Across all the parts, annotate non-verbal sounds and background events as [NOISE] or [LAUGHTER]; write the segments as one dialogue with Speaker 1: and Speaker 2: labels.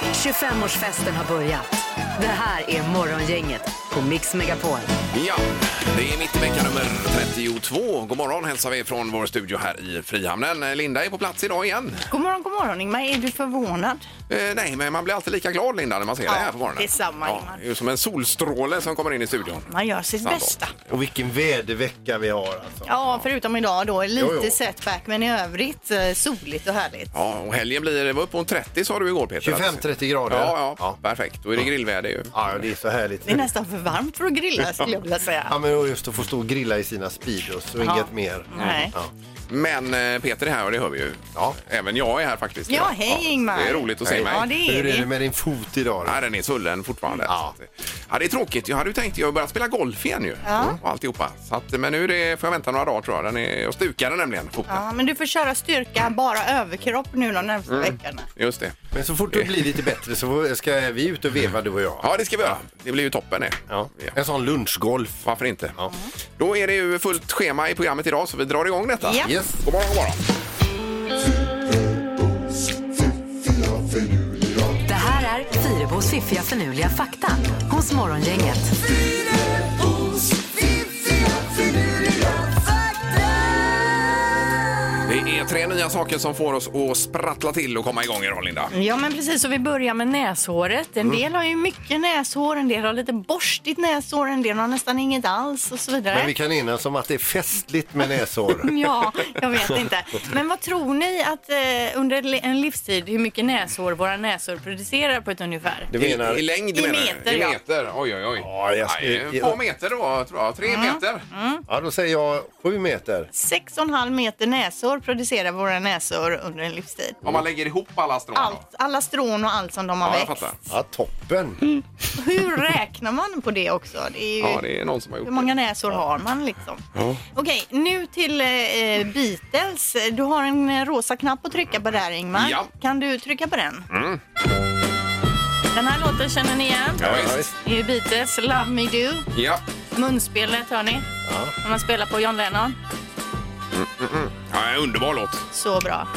Speaker 1: 25-årsfesten har börjat. Det här är Morgongänget på Mix Megapol.
Speaker 2: Ja, det är mitt i vecka nummer 32. God morgon hälsar vi från vår studio här i Frihamnen. Eh, Linda är på plats idag igen.
Speaker 3: God morgon, god morgon Ingmar. Är du förvånad?
Speaker 2: Eh, nej, men man blir alltid lika glad Linda när man ser det här på morgonen.
Speaker 3: detsamma,
Speaker 2: ja,
Speaker 3: Ingmar.
Speaker 2: Det är ju som en solstråle som kommer in i studion.
Speaker 3: Man gör sitt
Speaker 2: Sandra.
Speaker 3: bästa.
Speaker 4: Och vilken vädervecka vi har alltså.
Speaker 3: Ja, förutom idag då. Lite
Speaker 4: Jo, jo.
Speaker 3: setback, men i övrigt eh, soligt och härligt.
Speaker 2: Ja, och helgen blir det var upp mot 30 sa du igår Peter.
Speaker 4: 25-30 grader.
Speaker 2: Ja, ja,
Speaker 4: Ja.
Speaker 2: perfekt. Då är det grillväder ju.
Speaker 4: Ja, det är så härligt.
Speaker 3: Det är nästan för varmt för att grilla skulle jag vilja säga.
Speaker 4: Ja, men och just att få stå och grilla i sina Speedos och
Speaker 3: Ja.
Speaker 4: inget mer.
Speaker 3: Nej.
Speaker 4: Ja.
Speaker 2: Men eh, Peter är här och det hör vi ju.
Speaker 4: Ja.
Speaker 2: Även jag är här faktiskt.
Speaker 3: Ja,
Speaker 2: idag.
Speaker 3: hej Ingmar.
Speaker 2: Det är roligt att se
Speaker 4: Hej.
Speaker 2: mig.
Speaker 3: Ja, det är
Speaker 4: Hur är det
Speaker 3: det.
Speaker 4: med din fot idag? Då?
Speaker 2: Nej, den är svullen fortfarande.
Speaker 4: Ja.
Speaker 2: Så att, eh, Ja, det är tråkigt. Jag hade ju tänkt, jag har börjat spela golf igen ju.
Speaker 3: Ja.
Speaker 2: Och alltihopa. Så att, men nu är det, får jag vänta några dagar tror jag. Den är, jag stukade nämligen foten.
Speaker 3: Ja, men du får köra styrka, bara överkropp nu de närmaste
Speaker 4: Mm.
Speaker 3: veckorna.
Speaker 2: Just det.
Speaker 4: Men så fort det blir lite bättre så ska vi ut och veva du och jag.
Speaker 2: Ja, det ska vi göra. Det blir ju toppen det.
Speaker 4: Ja.
Speaker 2: Ja.
Speaker 4: En sån lunchgolf.
Speaker 2: Varför inte?
Speaker 4: Ja.
Speaker 2: Då är det ju fullt schema i programmet idag så vi drar igång detta.
Speaker 3: Ja.
Speaker 4: Yes.
Speaker 2: God morgon, god morgon.
Speaker 1: Det här är Fyrebos fiffiga förnuliga fakta hos Morgongänget.
Speaker 2: Det är tre nya saker som får oss att sprattla till och komma igång idag Linda.
Speaker 3: Ja, men precis. Och vi börjar med näshåret. En
Speaker 4: Mm.
Speaker 3: del har ju mycket näshår, en del har lite borstigt näshår, en del har nästan inget alls och så vidare.
Speaker 4: Men vi kan enas om att det är festligt med näshår.
Speaker 3: [LAUGHS] Ja, jag vet inte. Men vad tror ni att eh, under li- en livstid, hur mycket näshår våra näsor producerar på ett ungefär?
Speaker 4: Du
Speaker 2: I,
Speaker 4: menar...
Speaker 2: I längd
Speaker 3: I
Speaker 2: menar du?
Speaker 3: meter,
Speaker 2: I
Speaker 3: ja.
Speaker 2: meter, oj oj oj.
Speaker 4: Ja, jag ska-
Speaker 2: Nej, ett par meter då, tror jag. Tre meter.
Speaker 3: Mm.
Speaker 4: Ja, då säger jag sju meter.
Speaker 3: 6,5 meter näsor producerar våra näsor under en livstid.
Speaker 2: Om man lägger ihop alla strån. då.
Speaker 3: Allt, alla strån och allt som de har
Speaker 2: Ja, jag
Speaker 3: växt.
Speaker 2: fattar.
Speaker 4: Ja, toppen.
Speaker 2: Mm.
Speaker 3: Hur räknar man på det också? Det är ju...
Speaker 2: Ja, det är någon som har gjort
Speaker 3: Hur många näsor har man liksom? Okej, nu till eh, Beatles. Du har en eh, rosa knapp att trycka på där Ingmar.
Speaker 2: Ja. Mm.
Speaker 3: Kan du trycka på den? Den här låten känner ni igen.
Speaker 2: det. Ja,
Speaker 4: Ja,
Speaker 2: visst.
Speaker 4: visst.
Speaker 3: Det är ju Beatles, Love Me Do.
Speaker 2: Ja.
Speaker 3: Munspelet hör ni,
Speaker 4: Ja.
Speaker 3: när man spelar på John Lennon.
Speaker 2: ja, en underbar låt.
Speaker 3: Så bra.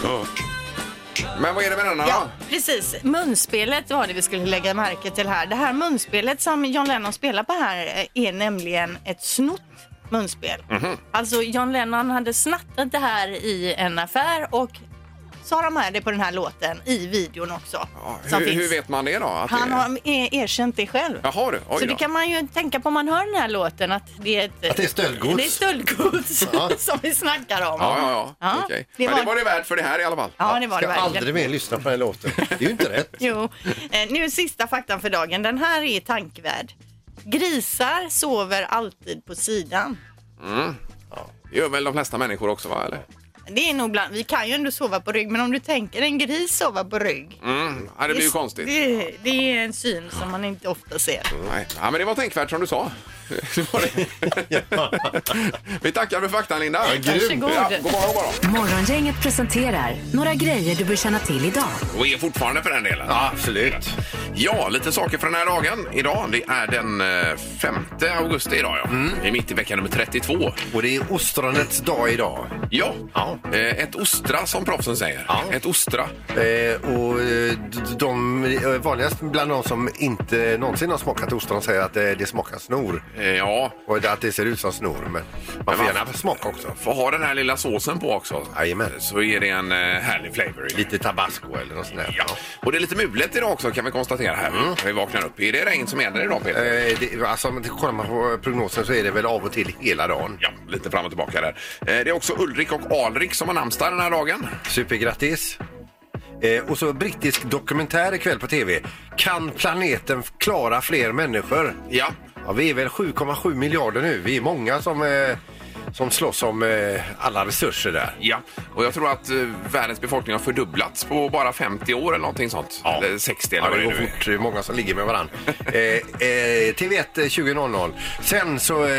Speaker 2: Men vad är det med denna
Speaker 3: Ja,
Speaker 2: då?
Speaker 3: precis. Munspelet var det vi skulle lägga märke till här. Det här munspelet som John Lennon spelar på här eh, är nämligen ett snott munspel.
Speaker 2: Mhm.
Speaker 3: Alltså John Lennon hade snattat det här i en affär och så har de med det på den här låten i videon också.
Speaker 2: Ja,
Speaker 3: som
Speaker 2: hur,
Speaker 3: finns.
Speaker 2: hur vet man det då? Att
Speaker 3: Han
Speaker 2: det...
Speaker 3: har eh, erkänt det själv.
Speaker 2: Jaha du, oj
Speaker 3: Så
Speaker 2: då.
Speaker 3: det kan man ju tänka på om man hör den här låten att det är ett
Speaker 4: Att det är stöldgods.
Speaker 3: Det är stöldgods
Speaker 4: Ja.
Speaker 3: [LAUGHS] som vi snackar om.
Speaker 2: Ja, ja, ja. Okej.
Speaker 3: Det
Speaker 2: Men det var
Speaker 3: var...
Speaker 2: det värt för det här i alla fall.
Speaker 3: Ja, det var det
Speaker 4: Ska
Speaker 3: verkligen.
Speaker 4: aldrig mer lyssna på den här låten. Det är ju inte rätt.
Speaker 3: [LAUGHS] Jo. Eh, nu sista faktan för dagen. Den här är tankvärd. Grisar sover alltid på sidan.
Speaker 2: Det gör väl de flesta människor också va? Eller?
Speaker 3: Det är nog bland... Vi kan ju ändå sova på rygg, men om du tänker en gris sova på rygg.
Speaker 2: Mm. Ja, det blir ju konstigt.
Speaker 3: Det, det är en syn som man inte ofta ser.
Speaker 2: Nej. Ja, men det var tänkvärt som du sa. [LAUGHS] Det var [LAUGHS] det. Vi tackar för faktan Linda.
Speaker 4: grym.
Speaker 3: Varsågod.
Speaker 2: Ja, god morgon, god morgon.
Speaker 1: Morgongänget presenterar några grejer du bör känna till idag.
Speaker 2: Och är fortfarande för den delen.
Speaker 4: Ja, absolut.
Speaker 2: Ja, lite saker för den här dagen. Idag, det är den eh, 5 augusti idag ja. Det är mitt i vecka nummer 32.
Speaker 4: Och det är ostronets dag idag.
Speaker 2: Ja,
Speaker 4: Ja.
Speaker 2: Eh, ett ostra som proffsen säger.
Speaker 4: Ja.
Speaker 2: Ett ostra.
Speaker 4: Eh, och eh, d- d- de, eh, vanligast bland de som inte någonsin har smakat ostron säger att eh, det smakar snor.
Speaker 2: Eh, ja,
Speaker 4: Och att det ser ut som snor, men man får
Speaker 2: man-
Speaker 4: gärna smaka också.
Speaker 2: får ha den här lilla såsen på också.
Speaker 4: Jajamän.
Speaker 2: Så är det en eh, härlig flavor. i det.
Speaker 4: Lite tabasco eller något sånt där.
Speaker 2: Ja. Och det är lite mulet idag också kan vi konstatera här. när Vi vaknar upp. Är det regn som gäller idag Peter?
Speaker 4: Mm. Eh, det, alltså, om man kollar man på prognosen så är det väl av och till hela dagen.
Speaker 2: Ja, lite fram och tillbaka där. Eh, Det är också Ulrik och Alrik som har namnsdag den här dagen.
Speaker 4: Supergrattis! Eh, och så brittisk dokumentär ikväll på tv. Kan planeten klara fler människor?
Speaker 2: Ja.
Speaker 4: Ja, vi är väl 7,7 miljarder nu. Vi är många som, eh, som slåss om eh, alla resurser där.
Speaker 2: Ja, och jag tror att eh, världens befolkning har fördubblats på bara 50 år eller någonting sånt. Eller 60 eller
Speaker 4: Ja,
Speaker 2: vad
Speaker 4: det
Speaker 2: det
Speaker 4: går
Speaker 2: nu är.
Speaker 4: fort. Det är många som ligger med varann. Eh, eh, TV1 20.00. Sen så eh,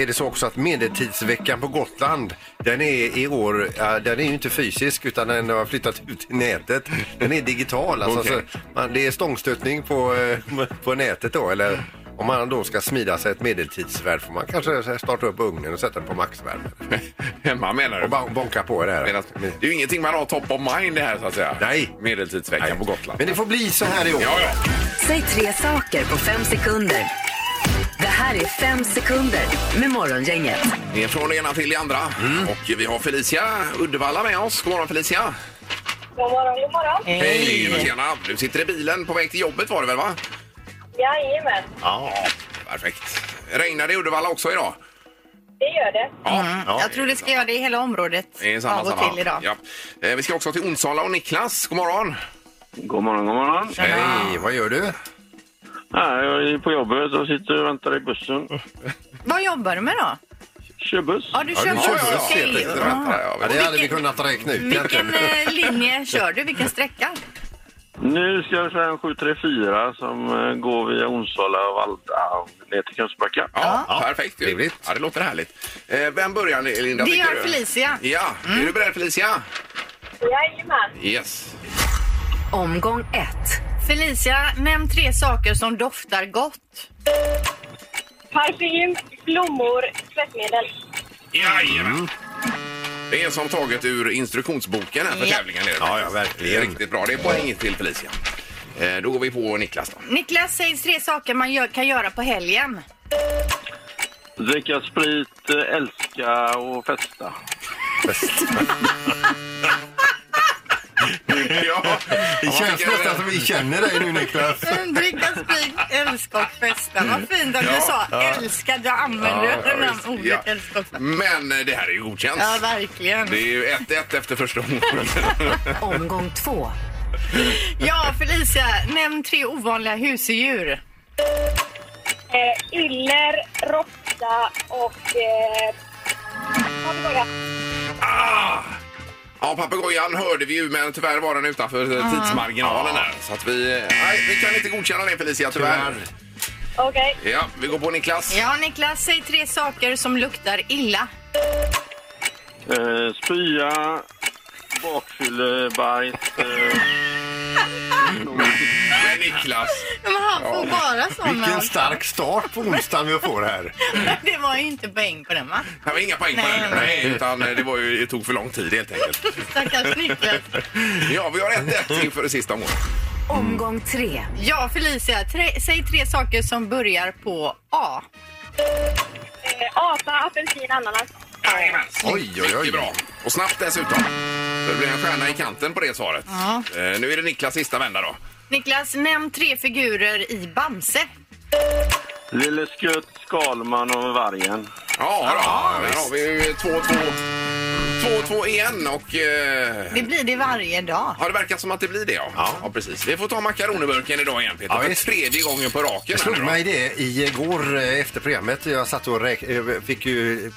Speaker 4: är det så också att medeltidsveckan på Gotland den är i år, eh, den är ju inte fysisk utan den har flyttat ut i nätet. Den är digital. Alltså,
Speaker 2: Okej.
Speaker 4: så man, det är stångstötning på, eh, på nätet då eller Om man då ska smida sig ett medeltidsvärd får man kanske så här starta upp ugnen och sätta den på maxvärme.
Speaker 2: [LAUGHS] Hemma menar du?
Speaker 4: Och ba- bonka på det här.
Speaker 2: Medan- Det är ju ingenting man har top of mind det här så att säga.
Speaker 4: Nej.
Speaker 2: Medeltidsveckan på Gotland.
Speaker 4: Men det får bli så här i år.
Speaker 2: Ja, ja.
Speaker 1: Säg tre saker på fem sekunder. Det här är fem sekunder med Morgongänget.
Speaker 2: Det är från det ena till det andra.
Speaker 4: Mm.
Speaker 2: Och vi har Felicia Uddevalla med oss. God morgon Felicia!
Speaker 5: God morgon, god morgon.
Speaker 2: Hej!
Speaker 3: Eh,
Speaker 2: Tjena! Du sitter i bilen på väg till jobbet var det väl va?
Speaker 5: Jajamän,
Speaker 2: Ja. Perfekt. Regnar det i Uddevalla också idag?
Speaker 5: det gör det.
Speaker 2: Ja. ja.
Speaker 3: Jag tror det ska göra det i hela området
Speaker 2: Det är samma,
Speaker 3: av och
Speaker 2: samma.
Speaker 3: till idag.
Speaker 2: Ja. Eh, Vi ska också till Onsala och Niklas. God morgon!
Speaker 6: God morgon, god morgon.
Speaker 4: Hej, vad gör du?
Speaker 6: Nej, jag är på jobbet och sitter och väntar i bussen.
Speaker 3: Vad jobbar du med då?
Speaker 6: Kör buss.
Speaker 3: Ja, du kör
Speaker 4: kör
Speaker 3: buss.
Speaker 4: buss,
Speaker 3: Okej.
Speaker 4: helt enkelt.
Speaker 3: Ja.
Speaker 4: Ja, det hade vi kunnat räkna ut
Speaker 3: Vilken eh, linje kör du? Vilken sträcka?
Speaker 6: Nu ska jag köra en 734 som eh, går via Onsala och Vallda ner till Kungsbacka.
Speaker 2: Ja, perfekt ju.
Speaker 4: Trevligt.
Speaker 2: Ja, det låter härligt. Eh, Vem börjar Linda?
Speaker 3: Det
Speaker 2: tycker
Speaker 3: gör
Speaker 2: du?
Speaker 3: Felicia. Mm.
Speaker 2: Ja, är du beredd Felicia?
Speaker 5: Jajamän.
Speaker 2: Yes.
Speaker 1: Omgång ett.
Speaker 3: Felicia, nämn tre saker som doftar gott.
Speaker 5: Parfym, blommor, tvättmedel.
Speaker 2: Jajamän! Det är som taget ur instruktionsboken här för
Speaker 3: Ja.
Speaker 2: tävlingen. Är det.
Speaker 4: Ja, ja, verkligen.
Speaker 2: Det är riktigt bra. Det är poäng till Felicia. Eh, Då går vi på Niklas då.
Speaker 3: Niklas, säg tre saker man gör, kan göra på helgen.
Speaker 6: Dricka sprit, eh, älska och festa.
Speaker 2: Ja,
Speaker 4: Det känns nästan som vi känner dig nu Niklas.
Speaker 3: Dricka sprit, älska och festa. Vad fint att
Speaker 2: Ja.
Speaker 3: du sa älska. Du använder [LAUGHS] ja, ordet
Speaker 2: Ja.
Speaker 3: älska och festa.
Speaker 2: Men eh, det här är ju godkänt.
Speaker 3: Ja, verkligen.
Speaker 2: Det är ju 1-1 efter
Speaker 3: [LAUGHS]
Speaker 2: första omgången.
Speaker 1: Omgång två.
Speaker 3: Ja, Felicia, nämn tre ovanliga husdjur.
Speaker 5: Eh, yller, råtta och... Eh, papegoja.
Speaker 2: Ja, papegojan hörde vi ju, men tyvärr var den utanför eh, tidsmarginalen där. Så att vi... eh, Nej, vi kan inte godkänna det Felicia, tyvärr.
Speaker 5: Okej.
Speaker 2: Ja, vi går på Niklas.
Speaker 3: Ja, Niklas, säg tre saker som luktar illa.
Speaker 6: Eh, spya, bakfylle, bajs. Eh,
Speaker 2: Men Niklas,
Speaker 3: Men han får bara såna.
Speaker 4: Vilken stark start på onsdagen vi får här.
Speaker 3: [LAUGHS] Det var ju inte poäng på den, va?
Speaker 2: det var inga poäng på
Speaker 3: Nej.
Speaker 2: den. Nej, utan eh, det, var ju, det tog för lång tid
Speaker 3: [LAUGHS]
Speaker 2: helt enkelt.
Speaker 3: Stackars Niklas.
Speaker 2: Ja, vi har 1-1 inför det sista omgången.
Speaker 1: Omgång tre.
Speaker 3: Ja, Felicia, tre, säg tre saker som börjar på A.
Speaker 5: Eh, apa, apelsin, ananas.
Speaker 2: Jajamän,
Speaker 4: Oj, oj, oj.
Speaker 2: Mycket bra. Och snabbt dessutom. Så det blir en stjärna i kanten på det svaret.
Speaker 3: Ja.
Speaker 2: Eh, nu är det Niklas sista vända då.
Speaker 3: Niklas, nämn tre figurer i Bamse.
Speaker 6: Lille Skutt, Skalman och Vargen.
Speaker 2: Ja, då. där har vi ju 2-2. 2-2 igen och... Eh,
Speaker 3: Det blir det varje dag.
Speaker 2: Ja, det verkar som att det blir det. Ja. Ja. precis. Vi får ta makaronerburken idag igen, Peter.
Speaker 4: Ja,
Speaker 2: för
Speaker 4: visst.
Speaker 2: tredje gången på raken.
Speaker 4: Jag
Speaker 2: här
Speaker 4: slog
Speaker 2: nu då.
Speaker 4: mig det igår eh, efter programmet. Jag satt och räk- eh, fick ju eh,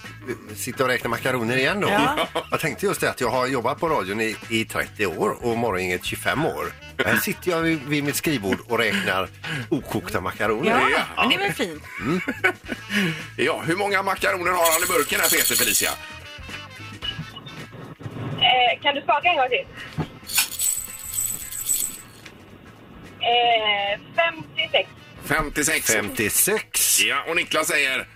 Speaker 4: sitta och räkna makaroner igen då.
Speaker 3: Ja.
Speaker 4: Jag tänkte just det att jag har jobbat på radion i, i 30 år och Morgongänget 25 år. Här sitter jag vid, vid mitt skrivbord och räknar okokta makaroner.
Speaker 2: Ja.
Speaker 3: men det är väl fint.
Speaker 2: Ja, hur många makaroner har han i burken här, Peter Felicia?
Speaker 5: Eh, kan du skaka en gång till? Eh, 56.
Speaker 2: 56.
Speaker 4: 56.
Speaker 2: Ja, och Niklas säger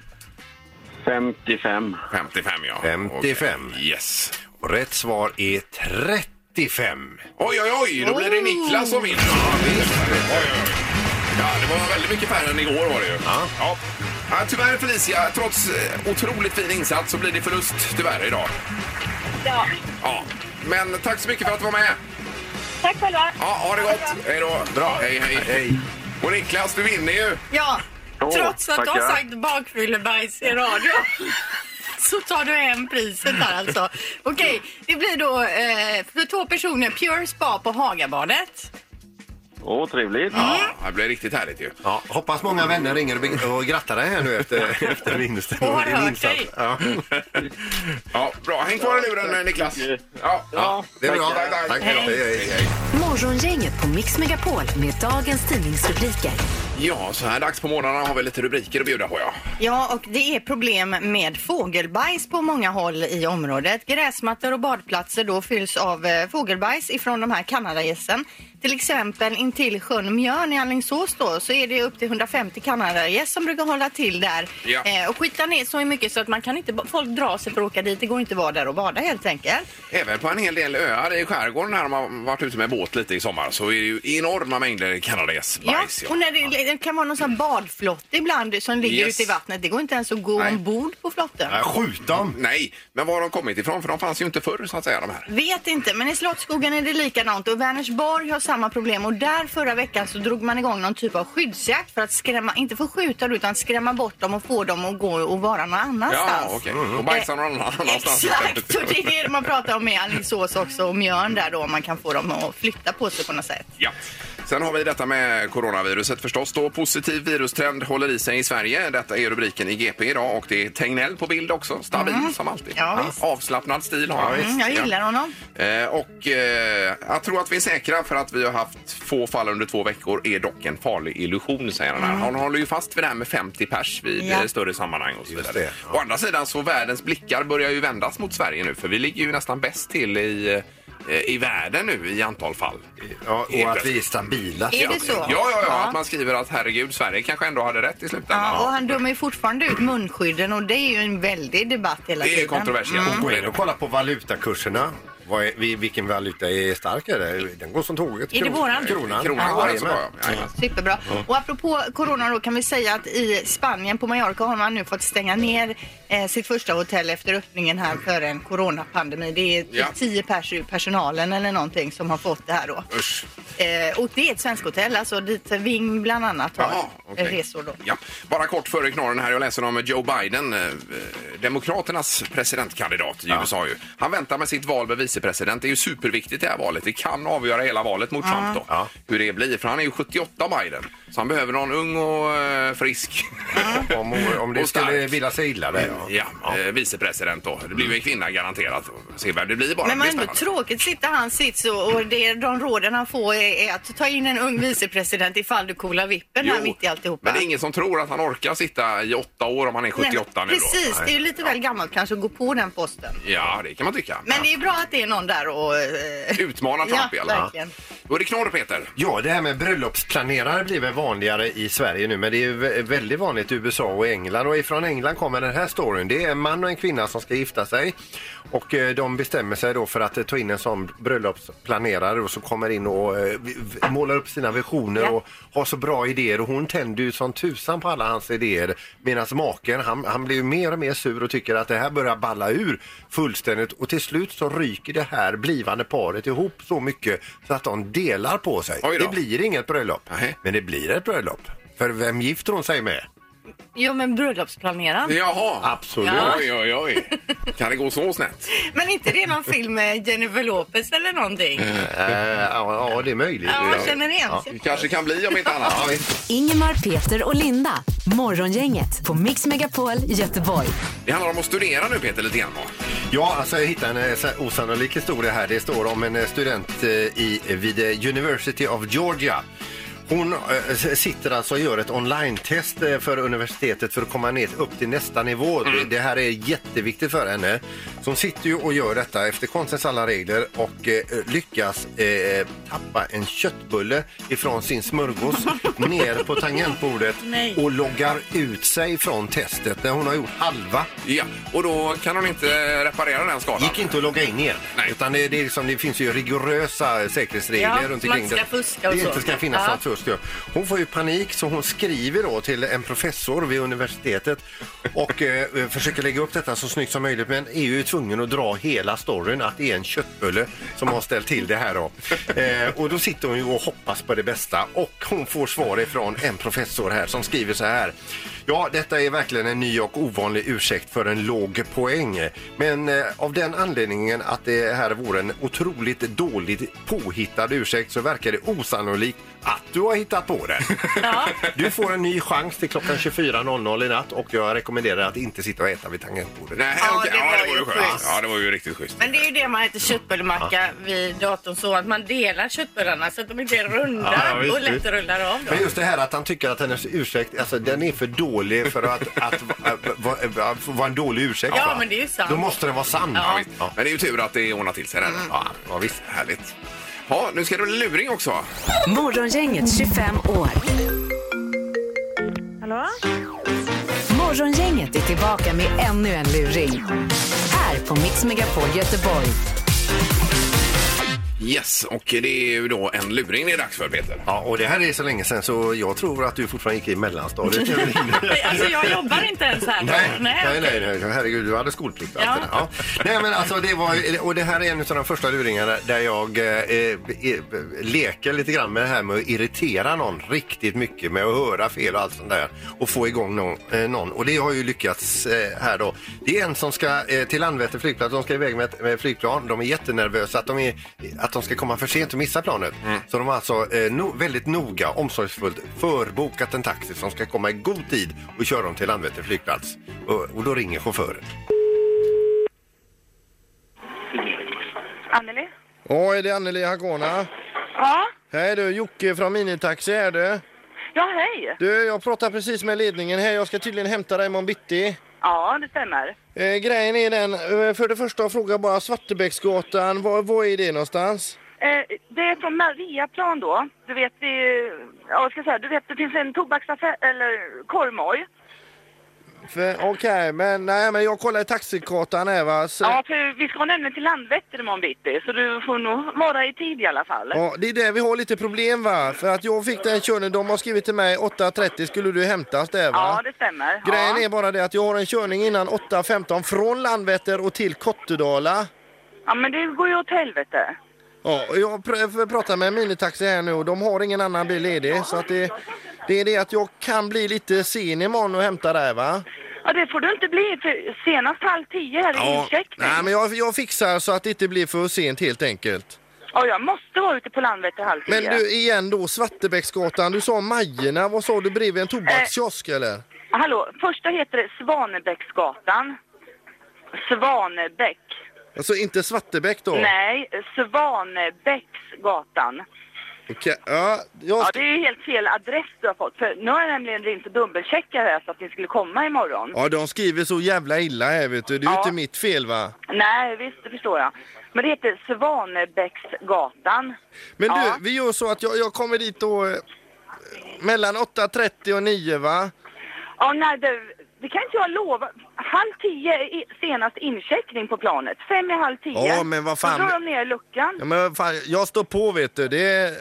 Speaker 6: 55.
Speaker 2: 55, ja.
Speaker 4: 55.
Speaker 2: Okej, Yes.
Speaker 4: Och rätt svar är 35.
Speaker 2: Oj, oj, oj! Då blir det Niklas som vinner. Ja, oj, oj, oj. ja, det var väldigt mycket färre än igår var det ju. Ja. Ja. tyvärr Felicia, trots eh, otroligt fin insats så blir det förlust tyvärr idag.
Speaker 5: Ja.
Speaker 2: Ja. Men tack så mycket för att du var med.
Speaker 5: Tack själva.
Speaker 2: Ja, ha det gott. Hej då. Bra. Hej, hej. Och Niklas, du vinner ju.
Speaker 3: Ja,
Speaker 6: Åh,
Speaker 3: trots att du har
Speaker 6: tackar.
Speaker 3: sagt bakfyllebajs i radio [LAUGHS] så tar du hem priset här alltså. Okej, det blir då eh, för två personer Pure Spa på Hagabadet.
Speaker 6: Åh, trevligt.
Speaker 2: Ja, det blir riktigt härligt ju.
Speaker 4: Ja, hoppas många vänner ringer och be- och grattar dig här nu [LAUGHS] efter, efter vinsten.
Speaker 3: Och har
Speaker 4: din
Speaker 3: hört
Speaker 4: insats.
Speaker 3: dig.
Speaker 4: Ja.
Speaker 2: Ja, bra. Häng kvar i luren eh, Niklas. Ja, ja.
Speaker 4: Det är bra.
Speaker 2: Tack, tack. Hej då.
Speaker 4: Hej, hej, hej.
Speaker 1: Morgongänget på Mix Megapol med dagens tidningsrubriker.
Speaker 2: Ja, så här dags på morgnarna har vi lite rubriker att bjuda på ja.
Speaker 3: Ja, och det är problem med fågelbajs på många håll i området. Gräsmattor och badplatser då fylls av eh, fågelbajs ifrån de här kanadagässen. Till exempel intill sjön Mjörn i Alingsås då, så är det upp till 150 kanadagäss som brukar hålla till där.
Speaker 2: Ja.
Speaker 3: Eh, och skita ner så mycket så att man kan inte, ba- folk drar sig för att åka dit. Det går inte att vara där och bada helt enkelt.
Speaker 2: Även på en hel del öar i skärgården här, om man varit ute med båt lite i sommar så är det ju enorma mängder kanadagässbajs.
Speaker 3: och när det, det kan vara någon sån här badflott ibland som ligger
Speaker 2: Yes.
Speaker 3: ute i vattnet. Det går inte ens att gå
Speaker 2: Nej.
Speaker 3: ombord på flotten.
Speaker 4: Nej, Skjut dem!
Speaker 2: Nej, men var har de kommit ifrån? För de fanns ju inte förr så att säga de här.
Speaker 3: Vet inte, men i Slottsskogen är det likadant och Vänersborg har samma problem och där förra veckan så drog man igång någon typ av skyddsjakt för att skrämma, inte få skjuta dem, utan skrämma bort dem och få dem att gå och vara någon annanstans.
Speaker 2: Ja, okej.
Speaker 3: Mm.
Speaker 2: Mm, Och bajsar någon annanstans.
Speaker 3: Eh, Exakt, och
Speaker 2: istället.
Speaker 3: det är det man pratar om i Alingsås också och Mjörn där då, om man kan få dem att flytta på sig på något sätt.
Speaker 2: Ja. Sen har vi detta med coronaviruset förstås. Då positiv virustrend håller i sig i Sverige. Detta är rubriken i GP idag och det är Tegnell på bild också. Stabil som alltid.
Speaker 3: Mm. Ja, visst.
Speaker 2: Avslappnad stil har han.
Speaker 3: Mm, jag gillar honom.
Speaker 2: Eh, och eh, att tro att vi är säkra för att vi har haft få fall under två veckor är dock en farlig illusion, säger han. här. Han håller ju fast vid det här med 50 pers vid
Speaker 3: Mm. Ja.
Speaker 2: eh, större sammanhang och så vidare.
Speaker 4: det, ja.
Speaker 2: Å andra sidan så världens blickar börjar ju vändas mot Sverige nu för vi ligger ju nästan bäst till i, eh, i världen nu i antal fall.
Speaker 4: Ja, och att vi är stabila.
Speaker 3: Är det så?
Speaker 2: Ja, ja, ja,
Speaker 3: Ja.
Speaker 2: att man skriver att herregud, Sverige kanske ändå hade rätt i slutändan.
Speaker 3: Ja, och han dömer ju fortfarande ut munskydden och det är ju en väldig debatt hela
Speaker 2: Det är
Speaker 3: tiden.
Speaker 2: kontroversiellt.
Speaker 3: Mm.
Speaker 4: Mm. Gå in och kolla på valutakurserna. Vad är, vi- vilken valuta är starkare? Den går som tåget.
Speaker 3: Är det
Speaker 4: Kron-
Speaker 3: våran?
Speaker 4: Kronan.
Speaker 2: Kronan går alltså bra.
Speaker 4: jajamän.
Speaker 2: Ja, jajamän.
Speaker 3: Superbra. Och apropå corona då kan vi säga att i Spanien på Mallorca har man nu fått stänga ner eh, sitt första hotell efter öppningen här för en coronapandemi. Det är typ
Speaker 2: Ja.
Speaker 3: 10 pers ur personalen eller någonting som har fått det här då.
Speaker 2: Usch.
Speaker 3: Eh, och det är ett svenskt hotell alltså dit Ving bland annat har
Speaker 2: Jaha, okej.
Speaker 3: eh, resor då.
Speaker 2: Ja. Bara kort före knorren här, jag läser om Joe Biden, eh, Demokraternas presidentkandidat i USA ju. Han väntar med sitt val med vicepresident. Det är ju superviktigt det här valet. Det kan avgöra hela valet mot Trump då.
Speaker 4: Ja.
Speaker 2: Hur det blir, för han är ju 78 Biden. Så han behöver någon ung och eh, frisk.
Speaker 4: Om, om det
Speaker 2: Och stark.
Speaker 4: skulle vilja sig illa där, ja.
Speaker 2: Ja, eh, vicepresident då. Det blir ju en kvinna garanterat. Se vem det blir bara.
Speaker 3: Men
Speaker 2: Det
Speaker 3: man
Speaker 2: blir
Speaker 3: ändå
Speaker 2: spännande.
Speaker 3: tråkigt sitter han sits och, och det, de råden han får är, är att ta in en ung vicepresident ifall du kolar vippen här
Speaker 2: Jo,
Speaker 3: mitt i alltihopa.
Speaker 2: Men det är ingen som tror att han orkar sitta i åtta år om han är 78 nu då.
Speaker 3: Precis, det är ju lite väl gammalt kanske att gå på den posten.
Speaker 2: Ja, det kan man tycka.
Speaker 3: Men det är bra att det är någon där och... eh,
Speaker 2: Utmana Trump i
Speaker 3: ja,
Speaker 2: alla fall.
Speaker 3: verkligen.
Speaker 2: Då är det knorr, Peter.
Speaker 4: Ja, det här med bröllopsplanerare blir väl vanligare i Sverige nu, men det är ju vä- väldigt vanligt i USA och England. Och ifrån England kommer den här storyn. Det är en man och en kvinna som ska gifta sig och eh, de bestämmer sig då för att eh, ta in en sån bröllopsplanerare och så kommer in och eh, vi- vi- målar upp sina visioner
Speaker 3: Ja.
Speaker 4: och har så bra idéer. Och hon tänder ju som tusan på alla hans idéer medan maken, han, han blir ju mer och mer sur och tycker att det här börjar balla ur fullständigt och till slut så ryker det här blivande paret ihop så mycket så att de delar på sig.
Speaker 2: Oj då.
Speaker 4: Det blir inget bröllop.
Speaker 2: Nej.
Speaker 4: Men det blir ett bröllop. För vem gifter hon sig med?
Speaker 3: Jo, men bröllopsplaneraren.
Speaker 2: Jaha.
Speaker 4: Absolut.
Speaker 3: Ja.
Speaker 2: Oj, oj, oj. Kan det gå så snett?
Speaker 3: Men inte det är någon film med Jennifer Lopez eller någonting?
Speaker 4: Äh, ja, ja, det är möjligt.
Speaker 3: Ja, jag känner igen sig.
Speaker 2: Det kanske kan bli om inte annat.
Speaker 1: Ingemar, Peter och Linda. Morgongänget på Mix Megapol Göteborg.
Speaker 2: Det handlar om att studera nu, Peter, lite grann. va?
Speaker 4: Ja, alltså jag hittade en eh, så här osannolik historia här. Det står om en eh, student eh, i, vid eh, University of Georgia. Hon eh, s- sitter alltså och gör ett online-test eh, för universitetet för att komma ner upp till nästa nivå. Det det här är jätteviktigt för henne. Så hon sitter ju och gör detta efter konstens alla regler och eh, lyckas eh, tappa en köttbulle ifrån sin smörgås ner på tangentbordet
Speaker 3: Nej.
Speaker 4: och loggar ut sig från testet när hon har gjort halva
Speaker 2: Ja, och då kan hon inte reparera den skadan.
Speaker 4: gick inte att logga in igen.
Speaker 2: Nej.
Speaker 4: Utan det, det, är liksom, det finns ju rigorösa säkerhetsregler
Speaker 3: Ja,
Speaker 4: runt
Speaker 3: man
Speaker 4: omkring
Speaker 3: ska
Speaker 4: det.
Speaker 3: fuska och
Speaker 4: det
Speaker 3: så.
Speaker 4: inte ska finnas
Speaker 3: Ja.
Speaker 4: något fusk. ja. Hon får ju panik så hon skriver då till en professor vid universitetet och eh, försöker lägga upp detta så snyggt som möjligt men är ju tvungen att dra hela storyn att det är en köttbulle som har ställt till det
Speaker 3: [LAUGHS]
Speaker 4: här då. Eh, och då sitter hon ju och hoppas på det bästa och hon får svar ifrån en professor här som skriver så här. Ja, detta är verkligen en ny och ovanlig ursäkt för en låg poäng. Men eh, av den anledningen att det här vore en otroligt dåligt påhittad ursäkt så verkar det osannolikt att du har hittat
Speaker 3: [LAUGHS]
Speaker 4: på den. Du får en ny chans till klockan 24.00 i natt och jag rekommenderar att inte sitta och äta vid tangentbordet.
Speaker 2: Nej,
Speaker 3: Ja,
Speaker 2: okej.
Speaker 3: det
Speaker 2: ja,
Speaker 3: var
Speaker 2: det var ju
Speaker 3: ju
Speaker 2: skönt.
Speaker 3: schysst.
Speaker 2: Ja, det var ju riktigt schysst.
Speaker 3: Men det är ju det man äter köttbullemacka vid datorn så att man delar köttbullarna så att de inte är runda
Speaker 4: Ja, visst,
Speaker 3: och lätt
Speaker 4: visst.
Speaker 3: rullar av.
Speaker 4: Men just det här att han tycker att hennes ursäkt, alltså den är för dålig för att, att, att vara vara en dålig ursäkt.
Speaker 3: Ja,
Speaker 4: va?
Speaker 3: men det är ju sant.
Speaker 4: Då måste den vara sann.
Speaker 3: Mm.
Speaker 2: Ja, visst. Men det är ju tur att det ordnar till sig den.
Speaker 4: Ja, ja, visst.
Speaker 2: Härligt. Ja, nu ska det bli luring också.
Speaker 1: Morgongänget 25 år.
Speaker 5: Hallå?
Speaker 1: Morgongänget är tillbaka med ännu en luring. Här på Mix Megapol Göteborg.
Speaker 2: Yes, och det är ju då en luring det är dags för, Peter.
Speaker 4: Ja, och det här är så länge sedan så jag tror att du fortfarande gick i mellanstadiet.
Speaker 3: Alltså jag jobbar inte ens här.
Speaker 4: Nej,
Speaker 3: Nej.
Speaker 4: nej, nej, nej, herregud, du hade skolplikt. och allt det
Speaker 3: Ja.
Speaker 4: där. Ja. Nej, men alltså, det, var, ju- och det här är en av de första luringarna där jag eh, eh, leker lite grann med det här med att irritera någon riktigt mycket med att höra fel och allt sånt där och få igång någon. Eh, någon. Och det har ju lyckats eh, här då. Det är en som ska eh, till Landvetter flygplats, de ska iväg med, ett- med flygplan. De är jättenervösa att de, är, att de ska komma för sent och missa planet. Så de har alltså eh, no, väldigt noga, omsorgsfullt förbokat en taxi som ska komma i god tid och köra dem till Landvetter flygplats. Och, och då ringer chauffören.
Speaker 5: Anneli?
Speaker 7: Ja, är det Anneli Hagona?
Speaker 5: Ja?
Speaker 7: Hej du, Jocke från Minitaxi här du.
Speaker 5: Ja, hej!
Speaker 7: Du, jag pratade precis med ledningen här. Jag ska tydligen hämta dig imorgon bitti.
Speaker 5: Ja, det stämmer.
Speaker 7: Eh, grejen är den, eh, för det första fråga bara Svartebäcksgatan, var, var är det någonstans?
Speaker 5: Eh, det är från Mariaplan då. Du vet, vi... Ja, vad ska jag säga? Du vet, det finns en tobaksaffär, eller korvmoj.
Speaker 7: För- Okej, men nej men jag kollar i taxikartan här va. Så,
Speaker 5: Ja, för vi ska nämligen till Landvetter imorgon bitti, så du får nog vara i tid i alla fall.
Speaker 7: Ja, det är där vi har lite problem va. För att jag fick den körningen, de har skrivit till mig 8.30 skulle du hämtas där va.
Speaker 5: Ja, det stämmer.
Speaker 7: Grejen
Speaker 5: ja.
Speaker 7: är bara det att jag har en körning innan 8.15 från Landvetter och till Kottedala.
Speaker 5: ja, men det går ju åt helvete.
Speaker 7: Ja, och jag pr- pratar med en minitaxi här nu och de har ingen annan bil ledig. Så att det, det är det att jag kan bli lite sen imorgon och hämta där va?
Speaker 5: Ja, det får du inte bli, för senast halv tio här är incheckning.
Speaker 7: Nej men jag, jag fixar så att det inte blir för sent helt enkelt.
Speaker 5: Ja, jag måste vara ute på Landvetter halv tio.
Speaker 7: Men du igen då Svartebäcksgatan, du sa Majerna, vad sa du bredvid en tobakskiosk
Speaker 5: Eh.
Speaker 7: eller?
Speaker 5: Hallå, första heter det Svanebäcksgatan. Svanebäck.
Speaker 7: Alltså inte Svartebäck då?
Speaker 5: Nej, Svanebäcksgatan.
Speaker 7: Okej, ja, jag
Speaker 5: Ja,
Speaker 7: ska...
Speaker 5: det är ju helt fel adress du har fått. För nu har jag nämligen ringt och dubbelcheckat här så att ni skulle komma imorgon.
Speaker 7: ja de skriver så jävla illa här vet du, det är ju
Speaker 5: Ja.
Speaker 7: inte mitt fel va?
Speaker 5: Nej, visst, det förstår jag. Men det heter Svanebäcksgatan.
Speaker 7: Men
Speaker 5: Ja.
Speaker 7: du, vi gör så att jag, jag kommer dit då eh, mellan 8.30 och 9 va?
Speaker 5: Ja, nej, det, det kan inte jag lova. Halv tio är i- senast incheckning på planet. Fem i halv tio.
Speaker 7: Ja, men vad fan-
Speaker 5: Då drar de ner luckan.
Speaker 7: Ja, men vad fan, jag står på vet du. Det är...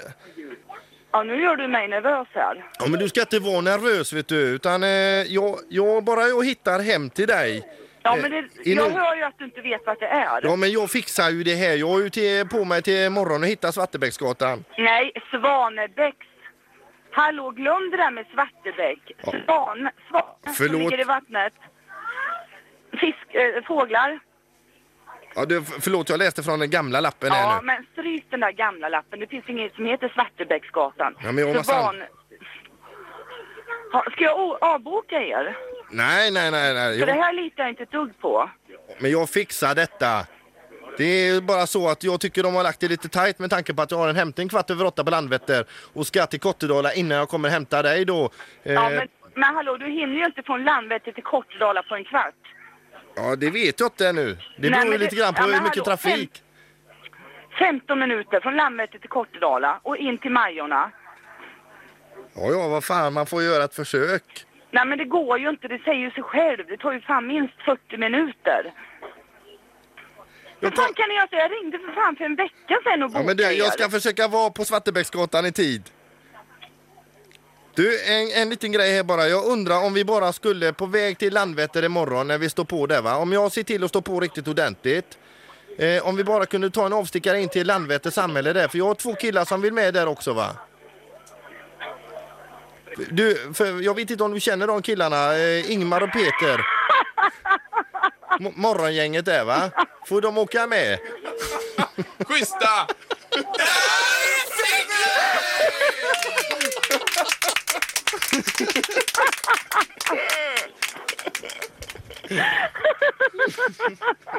Speaker 5: Ja, nu gör du mig nervös här.
Speaker 7: ja, men du ska inte vara nervös vet du. Utan eh, jag, jag bara jag hittar hem till dig.
Speaker 5: Ja,
Speaker 7: Eh,
Speaker 5: men det,
Speaker 7: är
Speaker 5: jag
Speaker 7: nu-
Speaker 5: hör ju att du inte vet vad det är.
Speaker 7: Ja men jag fixar ju det här. Jag har ju till, på mig till imorgon och hittar Svartebäcksgatan.
Speaker 5: Nej, Svanebäcks. Hallå, glöm det där med Svartebäck. Svan, svan
Speaker 7: Förlåt.
Speaker 5: som ligger i vattnet. Fisk, eh, fåglar.
Speaker 7: Ja, du, f- förlåt jag läste från den gamla lappen här
Speaker 5: Ja,
Speaker 7: nu.
Speaker 5: men stryk den där gamla lappen. Det finns inget som heter Svartebäcksgatan.
Speaker 7: Ja, men jag måste-
Speaker 5: Svan... Ha, ska jag o- avboka er?
Speaker 7: Nej nej nej nej.
Speaker 5: För det
Speaker 7: Jag,
Speaker 5: här litar jag inte ett dugg på.
Speaker 7: men jag fixar detta. Det är bara så att jag tycker de har lagt det lite tajt med tanke på att jag har en hämtning kvart över åtta på Landvetter och ska till Kottedala innan jag kommer hämta dig då. Eh,
Speaker 5: Ja, men, men hallå, du hinner ju inte från Landvetter till Kortedala på en kvart.
Speaker 7: ja, det vet jag inte ännu. Det
Speaker 5: Nej,
Speaker 7: beror
Speaker 5: men
Speaker 7: ju
Speaker 5: det-
Speaker 7: lite grann på
Speaker 5: ja, men
Speaker 7: hur mycket
Speaker 5: hallå,
Speaker 7: trafik.
Speaker 5: 15 minuter från Landvetter till Kortedala och in till Majorna.
Speaker 7: Ja, ja, vad fan, man får göra ett försök.
Speaker 5: Nej men det går ju inte, det säger ju sig själv. Det tar ju fan minst 40 minuter.
Speaker 7: Jag
Speaker 5: Vad
Speaker 7: kom-
Speaker 5: fan kan ni göra? så? Jag ringde för fan för en vecka sedan och
Speaker 7: Ja,
Speaker 5: bokade
Speaker 7: men du, jag ska
Speaker 5: er.
Speaker 7: försöka vara på Svartebäcksgatan i tid. Du, en, en liten grej här bara. Jag undrar om vi bara skulle på väg till Landvetter imorgon när vi står på där va? Om jag ser till att stå på riktigt ordentligt. Eh, om vi bara kunde ta en avstickare in till Landvetter samhälle där, för jag har två killar som vill med där också va? Du, för jag vet inte om du känner de killarna, eh, Ingmar och Peter. Mo- morgongänget där va? Får de åka med?
Speaker 2: Schyssta!